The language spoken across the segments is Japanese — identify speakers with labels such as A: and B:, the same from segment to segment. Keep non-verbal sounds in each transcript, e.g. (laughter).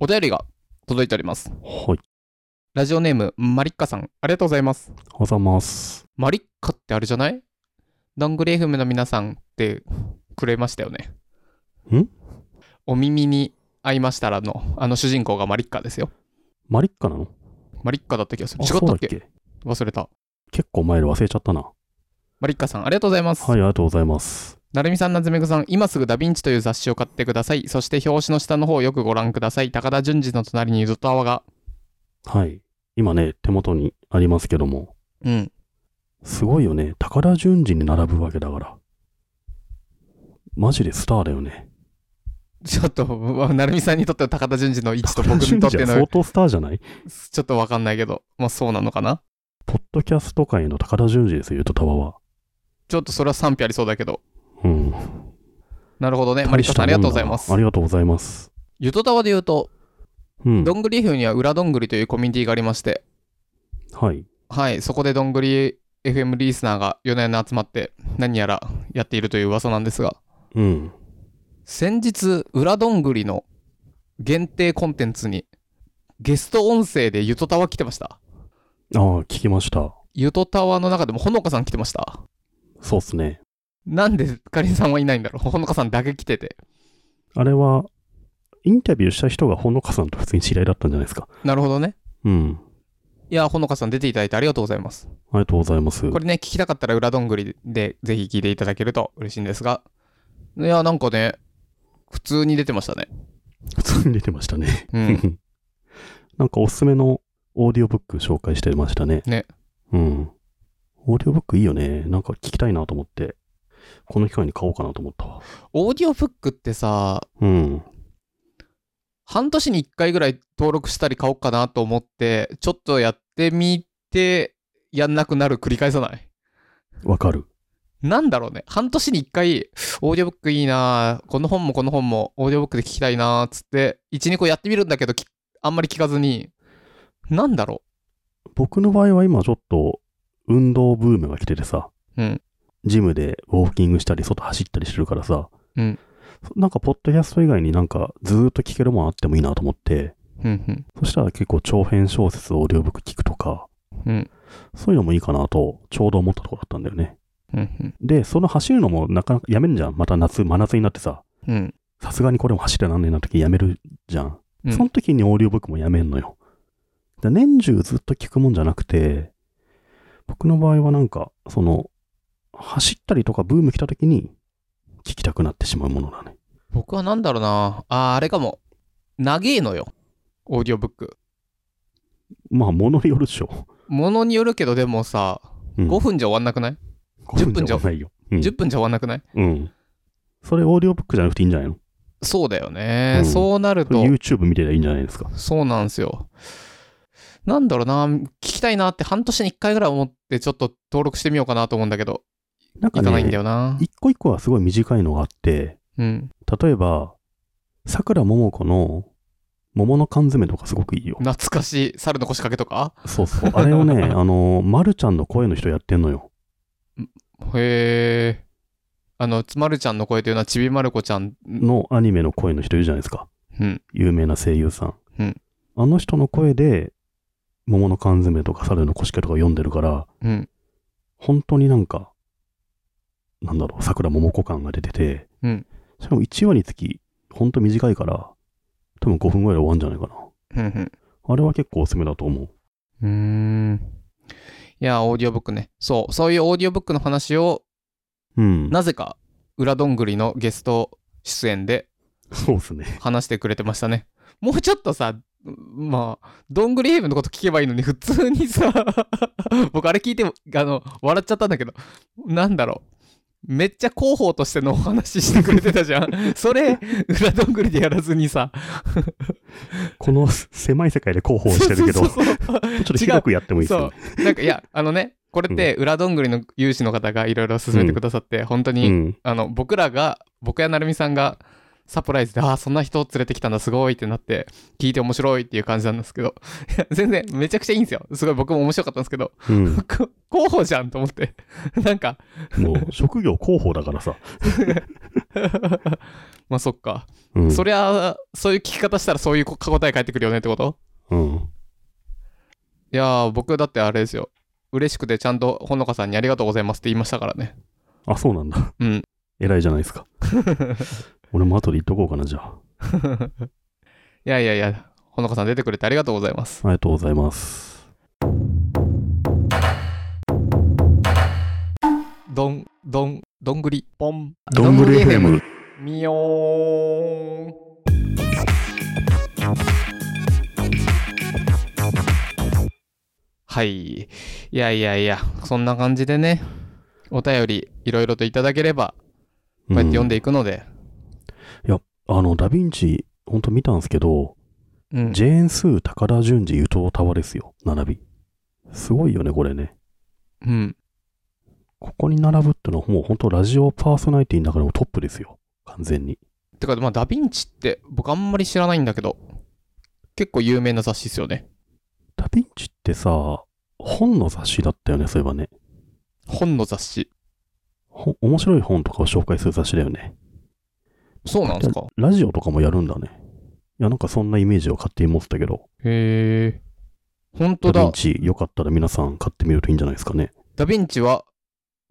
A: お便りが届いております。
B: はい。
A: ラジオネーム、マリッカさん、ありがとうございます。
B: おはようございます。
A: マリッカってあれじゃないどんぐり FM の皆さんってくれましたよね。
B: ん
A: お耳に合いましたらの、あの主人公がマリッカですよ。
B: マリッカなの
A: マリッカだった気がする。
B: あ
A: 違った
B: そうだ
A: っけ忘れた。
B: 結構前で忘れちゃったな。はい、
A: マリッカさん、ありがとうございます。
B: ありがとうございます。
A: なるみさん、なずめぐさん、今すぐダヴィンチという雑誌を買ってください。そして表紙の下の方をよくご覧ください。高田純次の隣にずっと泡が。
B: はい。今ね、手元にありますけども、
A: うん。
B: すごいよね。高田純次に並ぶわけだから。マジでスターだよね。
A: ちょっと、 (laughs) わなるみさんにとっての高田純次の位置と
B: 高田
A: 僕に
B: 純
A: とっ
B: 次
A: て
B: は相
A: の、
B: 当スターじゃない
A: ちょっとわかんないけど、まあそうなのかな。
B: ポッドキャスト界の高田純次ですよ、ゆとたわは。
A: ちょっとそれは賛否ありそうだけど。
B: うん。
A: なるほどね。マリカさん、ありがとうございま
B: 大したもんだ
A: す
B: なあ。りがとうございます。
A: ゆとたわで言うと、
B: うん。
A: どんぐり FM には裏どんぐりというコミュニティがありまして、
B: はい。
A: はい、そこでどんぐり FM リスナーが4年の集まって何やらやっているという噂なんですが、
B: うん。
A: 先日、裏どんぐりの限定コンテンツにゲスト音声でゆとたわ来てました。
B: ああ、聞きました。
A: ゆとたわの中でもほのかさん来てました。
B: そうっすね。
A: なんでかりんさんはいないんだろう。ほのかさんだけ来てて。
B: あれは、インタビューした人がほのかさんと普通に知り合いだったんじゃないですか。
A: なるほどね。
B: うん。
A: いや、ほのかさん出ていただいてありがとうございます。
B: ありがとうございます。
A: これね、聞きたかったら裏どんぐりでぜひ聞いていただけると嬉しいんですが、いや、なんかね、普通に出てましたね。
B: 普通に出てましたね。
A: うん。
B: (laughs) なんかおすすめのオーディオブック紹介してましたね。
A: ね。
B: うん。オーディオブックいいよね。なんか聞きたいなと思って、この機会に買おうかなと思ったわ。
A: オーディオブックってさ、
B: うん。
A: 半年に1回ぐらい登録したり買おうかなと思って、ちょっとやってみて、やんなくなる繰り返さない
B: わかる。
A: なんだろうね。半年に1回、オーディオブックいいなぁこの本もこの本もオーディオブックで聞きたいなぁつって、1、2個やってみるんだけど、きあんまり聞かずに、なんだろ
B: 僕の場合は今ちょっと運動ブームが来ててさ、
A: う。うん。
B: ジムでウォーキングしたり、外走ったりしてるからさ、
A: うん
B: なんかポッドキャスト以外になんかずーっと聞けるもんあってもいいなと思って、
A: うんうん。
B: そしたら結構長編小説オーディオブック聞くとか、
A: うん
B: そういうのもいいかなとちょうど思ったとこだったんだよね。
A: うん
B: で、その走るのもなかなかやめんじゃん。また夏、真夏になってさ、
A: うん。うん。
B: さすがにこれも走らなんねえな時やめるじゃん。
A: うん
B: その時にオーディオブックもやめんのよ。だ年中ずっと聞くもんじゃなくて、僕の場合はなんか、その、走ったりとかブーム来た時に聞きたくなってしまうものだね。
A: 僕はなんだろうなあー、あれかも。長えのよ。オーディオブック。
B: まあ、ものによるでしょ。
A: ものによるけど、でもさ、
B: うん
A: 5分じゃ終わんなくない、
B: 5
A: 10分じゃ
B: 終わんないよ。うん
A: ?10 分じゃ終わんなくない
B: うん。それオーディオブックじゃなくていいんじゃないの
A: そうだよね。
B: うん
A: そうなる
B: それ
A: と、
B: ?YouTube 見てりゃいいんじゃないですか。
A: そうなんですよ。なんだろうな、聞きたいなって半年に1回ぐらい思って、ちょっと登録してみようかなと思うんだけど、
B: なん
A: い
B: か
A: かないんだ
B: ね、
A: よな。
B: 一個一個はすごい短いのがあって、
A: うん。
B: 例えば、さくらももこの桃の缶詰とかすごくいいよ。
A: 懐かしい、猿の腰掛けとか
B: そうそう。あれ
A: (laughs)
B: をね、あの、まるちゃんの声の人やってんのよ。
A: へえ。あの、つまるちゃんの声というのは、ちびまる子ちゃん。
B: のアニメの声の人いるじゃないですか。
A: うん。
B: 有名な声優さん。
A: うん
B: あの人の声で、桃の缶詰とか猿のこしけとか読んでるから、
A: うん。
B: 本当になんか、なんだろう、桜桃子感が出てて、
A: うん
B: しかも1話につき、ほんと短いから、多分5分ぐらいで終わるんじゃないかな。
A: うんうん。
B: あれは結構おすすめだと思う。
A: うーん。いや、オーディオブックね。そう、そういうオーディオブックの話を、
B: うん。
A: なぜか、裏どんぐりのゲスト出演で
B: そうですね。
A: 話してくれてましたね。 (laughs) もうちょっとさ、まあ、どんぐりヘイブンのこと聞けばいいのに、普通にさ、 (laughs) 僕あれ聞いて、あの、笑っちゃったんだけど、なんだろう。めっちゃ広報としてのお話ししてくれてたじゃん。それ、裏どんぐりでやらずにさ、
B: この狭い世界で広報してるけど、
A: そう
B: ち
A: そ
B: ょ
A: うそう
B: っと広くやってもいいですよね。
A: そう。なんか、いや、あのね、これって、裏どんぐりの有志の方がいろいろ勧めてくださって、本当に、
B: うん、
A: あの、僕らが、僕やなるみさんが、サプライズで、ああ、そんな人を連れてきたんだ、すごいってなって、聞いて面白いっていう感じなんですけど、いや全然、めちゃくちゃいいんですよ。すごい、僕も面白かったんですけど、 (laughs)
B: うん、
A: こ (laughs) 候補じゃんと思って、なんか、
B: もう職業広報だからさ、
A: まあそっか。
B: うん。
A: そりゃ、そういう聞き方したらそういう答え返ってくるよねってこと
B: うん。
A: いやー、僕だってあれですよ。嬉しくてちゃんとほのかさんにありがとうございますって言いましたからね。
B: あ、そうなんだ。
A: うん。
B: 偉いじゃないで
A: (laughs)
B: すか。俺も後で言っとこうかな、じゃあ。
A: いやいやいや、ほのかさん出てくれてありがとうございます。
B: ありがとうございます。
A: どん、どん、どんぐり、ポン。
B: どんぐり FM。
A: みよーん。はい。いやいやいや、そんな感じでね、お便りいろいろといただければ、こうやって読んでいくので。
B: うん、あの、ダヴィンチ、ほんと見たんですけど、
A: うん。
B: ジェーン・スー、高田純次、湯藤タワですよ、並び。すごいよね、これね。
A: うん。
B: ここに並ぶってのは、もう本当ラジオパーソナリティの中でもトップですよ、完全に。
A: てか、まあ、ダヴィンチって僕あんまり知らないんだけど、結構有名な雑誌ですよね。
B: ダヴィンチってさ、本の雑誌だったよね、そういえばね。
A: 本の雑誌。
B: ほ面白い本とかを紹介する雑誌だよね。
A: そうなんですか
B: ラジオとかもやるんだね。いや、なんかそんなイメージを勝手に持ってたけど、
A: へえ。本当
B: ダヴィン
A: だ。
B: チ、よかったら皆さん買ってみるといいんじゃないですかね。
A: ダヴィンチは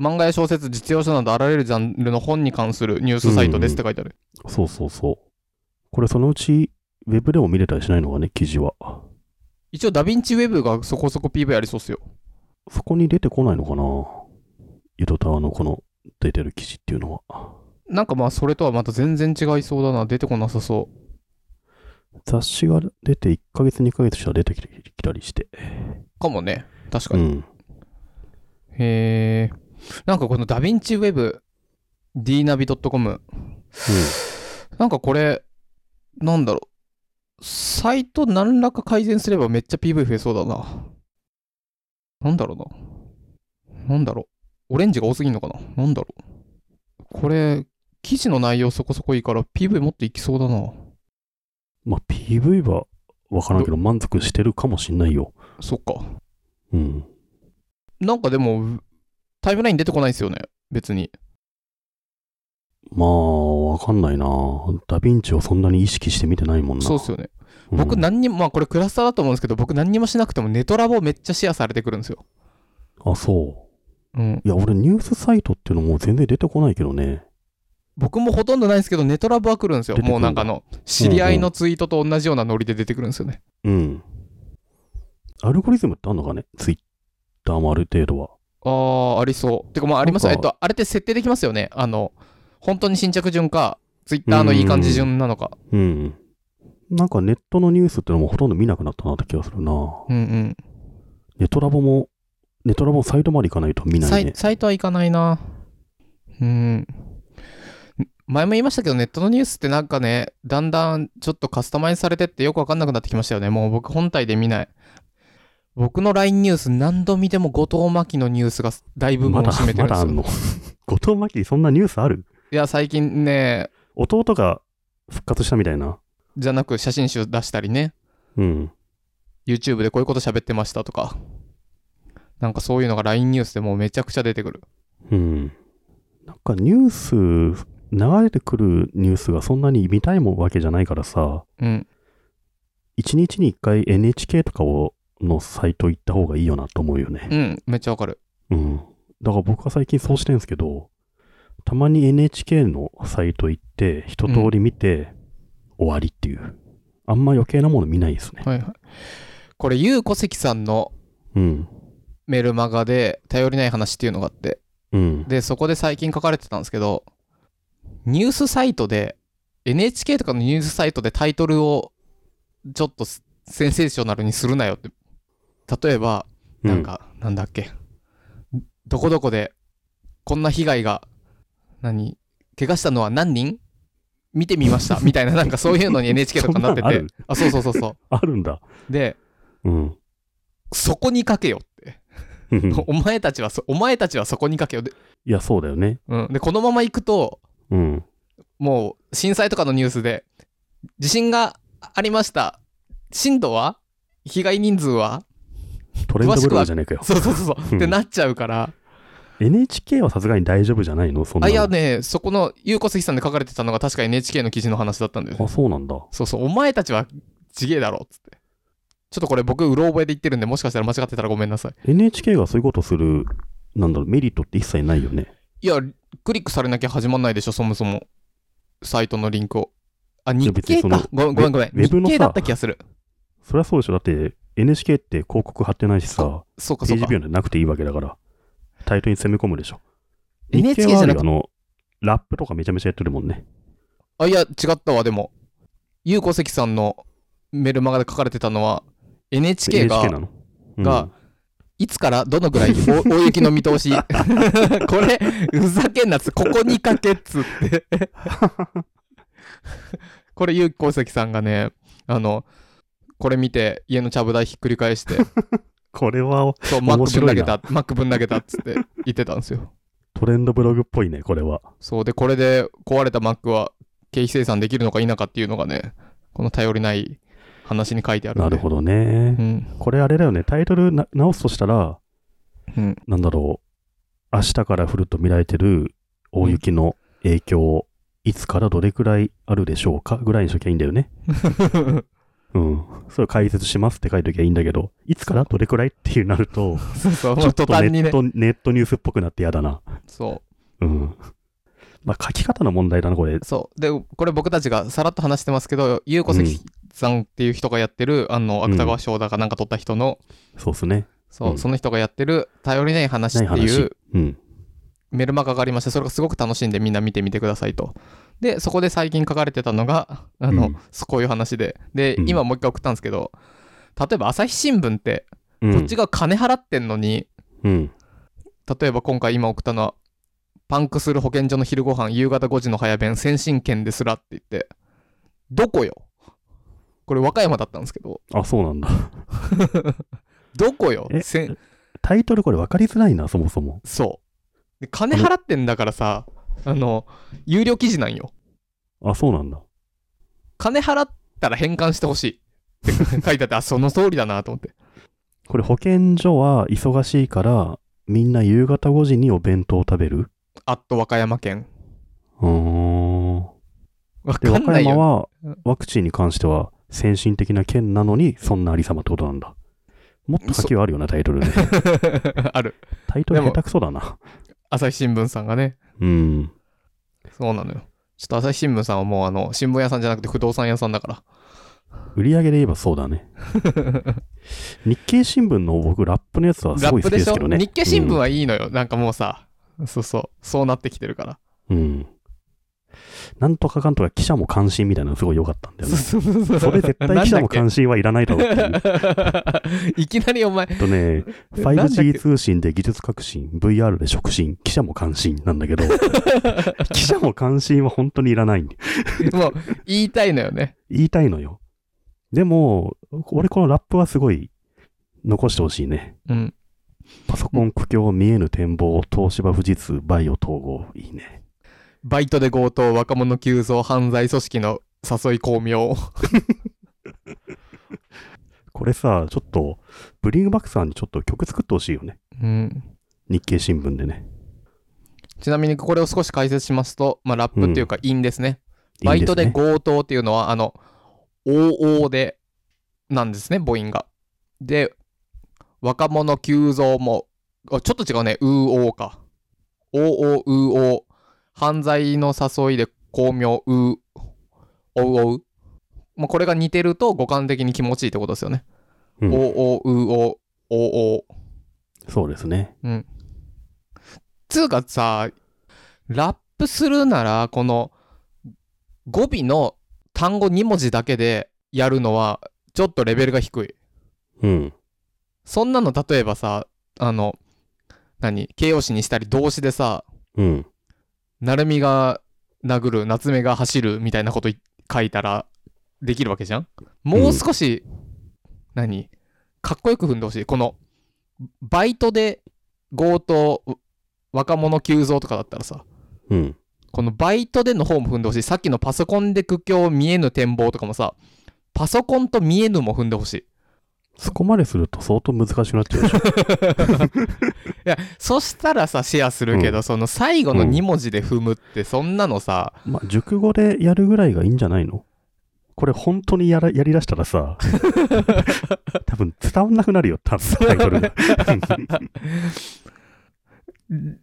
A: 漫画や小説、実用書などあらゆるジャンルの本に関するニュースサイトですって書いてある。
B: そうそうそう。これそのうち、ウェブでも見れたりしないのがね、記事は。
A: 一応ダヴィンチウェブがそこそこ PV ありそうっすよ。
B: そこに出てこないのかな井戸タワーのこの出てる記事っていうのは。
A: なんかまあそれとはまた全然違いそうだな。出てこなさそ
B: 雑誌が出て1ヶ月2ヶ月したら出てきたりして。
A: う。かもね。確か
B: う
A: に。
B: ん。
A: へえ。なんかこのダヴィンチウェブ dnavi.com。なんかこれ、なんだろう。サイト何らか改善すればめっちゃ PV 増えそうだな。なんだろうな。なんだろう。オレンジが多すぎんのかななんだろう。これ、記事の内容そこそこいいから PV もっといきそうだな。
B: まあ、PV はわからんけど満足してるかもしんないよ。
A: そっか。
B: うん。
A: なんかでも、タイムライン出てこないですよね。別に。
B: まあ、わかんないな。ダヴィンチをそんなに意識して見てないもんな。
A: そうっすよね。
B: うん
A: 僕何にも、まあこれクラスターだと思うんですけど、僕何にもしなくてもネトラボめっちゃシェアされてくるんですよ。
B: あ、そ
A: う
B: う。
A: ん。
B: いや、俺ニュースサイトっていうのもう全然出てこないけどね。
A: 僕もほとんどないんですけど、ネトラボは来るんですよ。
B: 出てくる
A: も
B: んだ
A: うなんかあの、知り合いのツイートと同じようなノリで出てくるんですよね。
B: うん。アルゴリズムってあんのかねツイッターもある程度は。
A: ああ、ありそう。てか、まあ、ありますよ。
B: な
A: え
B: ん
A: っ
B: か
A: と、あれって設定できますよね。あの、本当に新着順か、ツイッターのいい感じ順なのか。
B: うん。なんかネットのニュースってのもほとんど見なくなったなって気がするな。
A: うんうん。
B: ネトラボも、ネトラボサイトまで行かないと見な
A: サ
B: い
A: イ
B: ね。
A: サイトはいかないな。うん。前も言いましたけど、ネットのニュースってなんかね、だんだんちょっとカスタマイズされてってよくわかんなくなってきましたよね。もう僕本体で見ない。僕の LINE ニュース何度見ても後藤真希のニュースが大部分
B: ま
A: を
B: だ、
A: 占めてる
B: ま
A: んで
B: だあ
A: す
B: ん
A: よ。
B: の。 (laughs) 後藤真希、そんなニュースある
A: いや、最近ね、
B: 弟が復活したみたいな。
A: じゃなく写真集出したりね。
B: うん。
A: YouTube でこういうこと喋ってましたとか、なんかそういうのが LINE ニュースでもうめちゃくちゃ出てくる。
B: うん。なんかニュース、流れてくるニュースがそんなに見たいもんわけじゃないからさ、
A: うん。
B: 1日に1回 NHK とかを、のサイト行った方がいいよなと思うよね。
A: うん。めっちゃわかる。
B: うん。だから僕は最近そうしてるんですけど、たまに NHK のサイト行って、一通り見て、終わりっていう。あんま余計なもの見ないですね。
A: はいはい。これ、ゆうこせきさんの
B: うん。
A: メルマガで、頼りない話っていうのがあって、
B: うん。
A: で、そこで最近書かれてたんですけど、ニュースサイトで、NHK とかのニュースサイトでタイトルをちょっとセンセーショナルにするなよって。例えば、なんか、なんだっけ。どこどこで、こんな被害が、何怪我したのは何人見てみま
B: (laughs)
A: した。みたいな、なんかそういうのに NHK とかなって
B: そんなの
A: て
B: ある。
A: あ、そうそうそうそ
B: うん、あるんだ。
A: う。で、
B: うん。
A: そこにかけよって。
B: い
A: お前たちはそ、お前たちはそこにかけよ。で、
B: や、そうだよね。
A: うん、でこのまま行くと、
B: うん。
A: もう震災とかのニュースで、地震がありました。震度は被害人数は
B: トレンドブログじゃねえかよ。
A: そうそうそうそう。ってなっちゃうから、
B: NHK はさすがに大丈夫じゃないのそんな
A: あ、
B: の
A: いやね、そこの、ゆうこすぎさんで書かれてたのが確か NHK の記事の話だったんだよね。
B: あ、そうなんだ。
A: そうそう、お前たちはちげえだろ、つって。ちょっとこれ僕、うろ覚えで言ってるんで、もしかしたら間違ってたらごめんなさい。
B: NHK がそういうことする、なんだろう、メリットって一切ないよね。
A: いや、クリックされなきゃ始まんないでしょ、そもそも。サイトのリンクを。あ、
B: や
A: 日
B: 別に
A: 経
B: その
A: か。ごめんごめんごめん。
B: ウェブのさ
A: 日経だった気がする。
B: そりゃそうでしょ。だって、NHK って広告貼ってないしさ、
A: そうか
B: ペ
A: そ
B: ー
A: う
B: ジ
A: か
B: ビ。ューなんてなくていいわけだから、タイトルに攻め込むでしょ。
A: NHK
B: 日経はある
A: じゃなく
B: よあの、ラップとかめちゃめちゃやってるもんね。
A: あ、いや、違ったわ、でも。ゆうこせきさんのメルマガで書かれてたのは、NHK が
B: NHK なの。うん
A: がいつからどのぐらい
B: (laughs)
A: 大大雪の見通し (laughs) これふざけんなっつここにかけっつって (laughs) これゆうこせきさんがねあのこれ見て家のちゃぶ台ひっくり返して
B: これは
A: そう、マックぶ
B: 面
A: ん
B: 白
A: 投
B: い
A: げ
B: な
A: た、マックぶん投げたっつって言ってたんですよ。
B: トレンドブログっぽいね、これは。
A: そう、で、これで壊れたマックは経費生産できるのか否かっていうのがね、この頼りない話に書いてあるん
B: な
A: で。
B: るほどね。
A: うん。
B: これあれだよね、タイトルな直すとしたら、
A: うん。 (laughs)
B: なんだろう、明日から降ると見られてる大雪の影響、いつからどれくらいあるでしょうかぐらいにしときゃいいんだよね。うん。それを解説しますって書いときゃいいんだけど、いつからどれくらいっていうなると、
A: そうそう、
B: ち
A: も
B: ょ
A: う
B: っ
A: (laughs)
B: と
A: 途
B: ネ
A: 端に
B: ッ
A: ね。
B: ト,、ネットニュースっぽくなってやだな。
A: そ
B: うん。まあ書き方の問題だな、これ
A: う。。そう。で、これ僕たちがさらっと話してますけど、ゆうこせきさんっていう人がやってる、あの、芥川賞だかなんか取った人の、
B: そうっすね。
A: そう、
B: うん
A: その人がやってる、頼りない話って
B: ない
A: いう
B: 話うん。
A: メルマガがありまして、それがすごく楽しいんで、みんな見てみてくださいと。で、そこで最近書かれてたのが、あの、
B: うん
A: こういう話で。で、
B: うん
A: 今もう一回送ったんですけど、例えば朝日新聞って、
B: うん、
A: こっちが金払ってんのに、
B: うん。
A: 例えば今回今送ったのは、パンクする保健所の昼ご飯夕方5時の早弁、先進圏ですらって言って、どこよこれ和歌山だったんですけど、
B: あ、そうなんだ。
A: どこよ
B: え
A: せん
B: タイトルこれ分かりづらいな、そもそも。
A: そう。で金払ってんだからさ、あの、有料記事なんよ。
B: あ、そうなんだ。
A: 金払ったら返還してほしいって書いてあって、あ、その通りだなと思って。
B: これ保健所は忙しいから、みんな夕方5時にお弁当を食べる
A: あっと和歌山県。
B: うーん。
A: わ
B: で、
A: か
B: 和
A: ん
B: 歌
A: ない
B: 山
A: よ。
B: は
A: うん
B: ワクチンに関しては先進的な県なのに、そんなありさまってことなんだ。もっと先はあるようなタイトルね。
A: (laughs) ある。
B: タイト
A: で
B: ル
A: も
B: 下手くそだな。
A: 朝日新聞さんがね。
B: うん。
A: そうなのよ。ちょっと朝日新聞さんはもうあの、新聞屋さんじゃなくて不動産屋さんだか
B: 売り上げで言えばそう
A: (laughs)
B: だね。日経新聞の僕、ラップのやつ
A: ら。
B: はす
A: ラ
B: ご
A: ッ
B: い好
A: プで
B: き
A: し
B: です
A: ょ
B: けどね。
A: 日経新聞はいいのよ。なんかもうさ、そうそう、そうなってきてるから。
B: うん、うん。なんとかかんとか記者も関心みたいなのすごい良かったんだよね。
A: そうそうそう
B: それ絶対記者
A: なん
B: も
A: だっ
B: 関心はいらないだろうっていう。
A: け (laughs) いきなりお前、
B: えっとね、
A: なんだっけ
B: 5G 通信で技術革新、VR で触進、記者も関心なんだ
A: (laughs)
B: けど、記者も関心は本当にいらない。
A: もう言いたいのよね。
B: 言いたいのよ。でも、俺このラップはすごい残してほしいね。
A: うん。
B: パソコン苦境、見えぬ展望、東芝富士通、バイオ統合、いいね。
A: バイトで強盗、若者急増、犯罪組織の誘い巧妙。
B: これさ、ちょっと、ブリングバックさんにちょっと曲作ってほしいよね。
A: うん。
B: 日経新聞でね。
A: ちなみにこれを少し解説しますと、まあ、ラップっていうか、インですね。
B: いいんすね
A: バイトで強盗っていうのは、あの、OO で、なんですね、母音が。で、若者急増も、あちょっと違うね、うおか。OO、うお犯罪の誘いで巧妙、う、おうおう。まあ、これが似てると五感的に気持ちいいってことですよね。
B: う
A: OO
B: ん、
A: うお、OO。
B: そうですね。
A: つうかさ、ラップするなら、この語尾の単語2文字だけでやるのは、ちょっとレベルが低い。
B: うん。
A: そんなの、例えばさ、あの、何形容詞にしたり動詞でさ、
B: うん。
A: 成美が殴る、夏目が走るみたいなことい書いたらできるわけじゃんもう少し、何かっこよく踏んでほしい。この、バイトで強盗、若者急増とかだったらさ、
B: うん。
A: このバイトでの方も踏んでほしい。さっきのパソコンで苦境見えぬ展望とかもさ、パソコンと見えぬも踏んでほしい。
B: そこまですると相当難しくなっちゃうでしょ。
A: (laughs) いやそしたらさシェアするけど、その最後の2文字で踏むってそんなのさ、
B: まあ、熟語でやるぐらいがいいんじゃないのこれ本当にやらやりだした
A: (laughs)
B: らさ、多分伝わんなくなるよ、多分タイトルが。
A: (laughs) で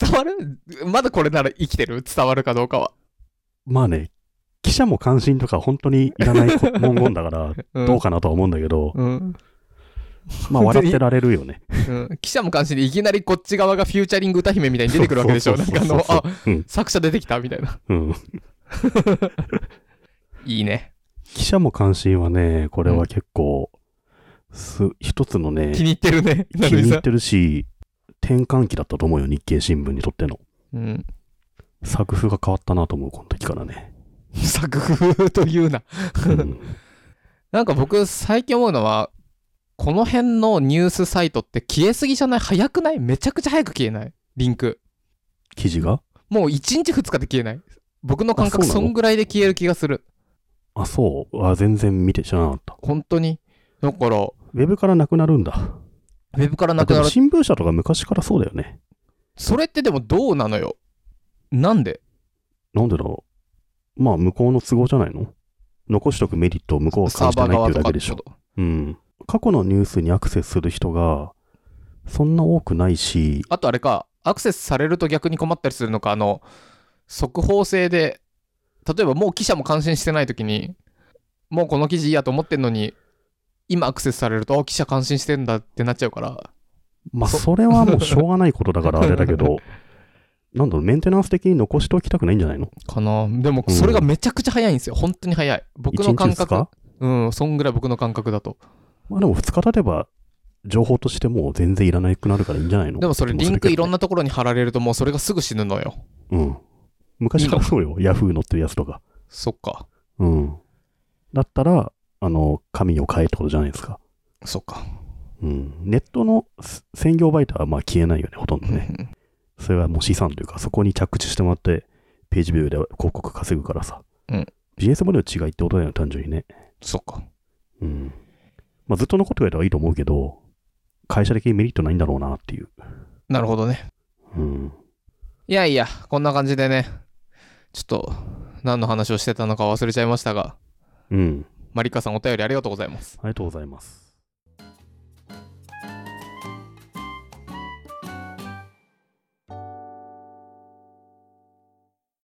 A: 伝わるまだこれなら生きてる伝わるかどうかは、
B: まあね、記者も関心とか本当にいらないこ文言だから、
A: うん
B: どうかなとは思うんだけど、
A: うん
B: まあ笑ってられるよね。
A: うん、記者も関心でいきなりこっち側がフューチャリング歌姫みたいに出てくるわけでしょ
B: そ
A: な
B: うんそう
A: か
B: そ
A: あ
B: うそう
A: のあ
B: うん
A: 作者出てきたみたいな
B: うん。
A: いいね
B: 記者も関心はね、これは結構、す一つのね
A: 気、に入ってるね
B: 気
A: 成
B: に
A: 美
B: 入
A: さ
B: ってるし、転換期だったと思うよ、日経新聞にとっての。
A: ん、うん、
B: 作風が変わったなと思う、この時からね。
A: 作風というな
B: (laughs) うん
A: なんか僕最近思うのはこの辺のニュースサイトって消えすぎじゃない早くないめちゃくちゃ早く消えないリンク
B: 記事が
A: もう1日2日で消えない僕の感覚
B: あそうな
A: そ
B: の
A: んぐらいで消える気がする
B: あ、そう。あ、全然見て知らなかった。
A: 本当にだからウ
B: ウェブからなくなるんだ。
A: ェブから
B: あ
A: なく
B: で
A: な
B: も
A: る
B: 新聞社とか昔からそうだよね。
A: それってでもどうなのよなんで
B: なんでだろう。まあ、向こうの都合じゃないの残しとくメリットを向こうは
A: サー
B: 感じて
A: バー
B: な
A: 側
B: いっていう
A: と
B: だ
A: か
B: け
A: っ
B: で
A: て
B: し
A: こ
B: ょ。
A: と
B: うん。過去のニュースにアクセスする人が、そんな多くないし、
A: あとあれかアクセスされると逆に困ったりするのかあの速報性で例えばもう記者も感心してない時にもうこの記事いいやと思ってんのに今アクセスされるとあ記者感心してんだってなっちゃうから
B: まあ、
A: そ
B: それはもうしょうがないことだからあれだけ
A: (laughs)
B: ど、なんだろう、メンテナンス的に残しておきたくないんじゃないの
A: かなでもそれがめちゃくちゃ早いんですよ本当に早い僕の感
B: 一日二
A: 覚
B: 日
A: うんそんぐらい僕の感覚だと
B: まあ、でも2日経てば、情報としてもう全然いらなくなるからいいんじゃないの
A: でもそれリンクいろん
B: な。
A: なところに貼られるともうそれがすぐ死ぬのよ
B: うん。昔からそうよ、ヤフー載ってるやつとか。
A: そっか
B: うん。だったら、あの、紙を変えってことじゃないですか。
A: そっか、
B: うん。ネットのす専業媒体はまあ消えないよね、ほとんどね。
A: うん
B: それはもう資産というか、そこに着地してもらって、ページビューで広告稼ぐからさ。
A: うん
B: ビジネスモデルの違いってことだよね、単純にね。
A: そっか
B: うん。まあ、ずっと残ってくれたらいいと思うけど、会社的にメリットないんだろうなっていう。
A: なるほどね
B: うん。
A: いやいや、こんな感じでね、ちょっと何の話をしてたのか忘れちゃいましたが、
B: うん。
A: マリカさんお便りありがとうございます。
B: ありがとうございます。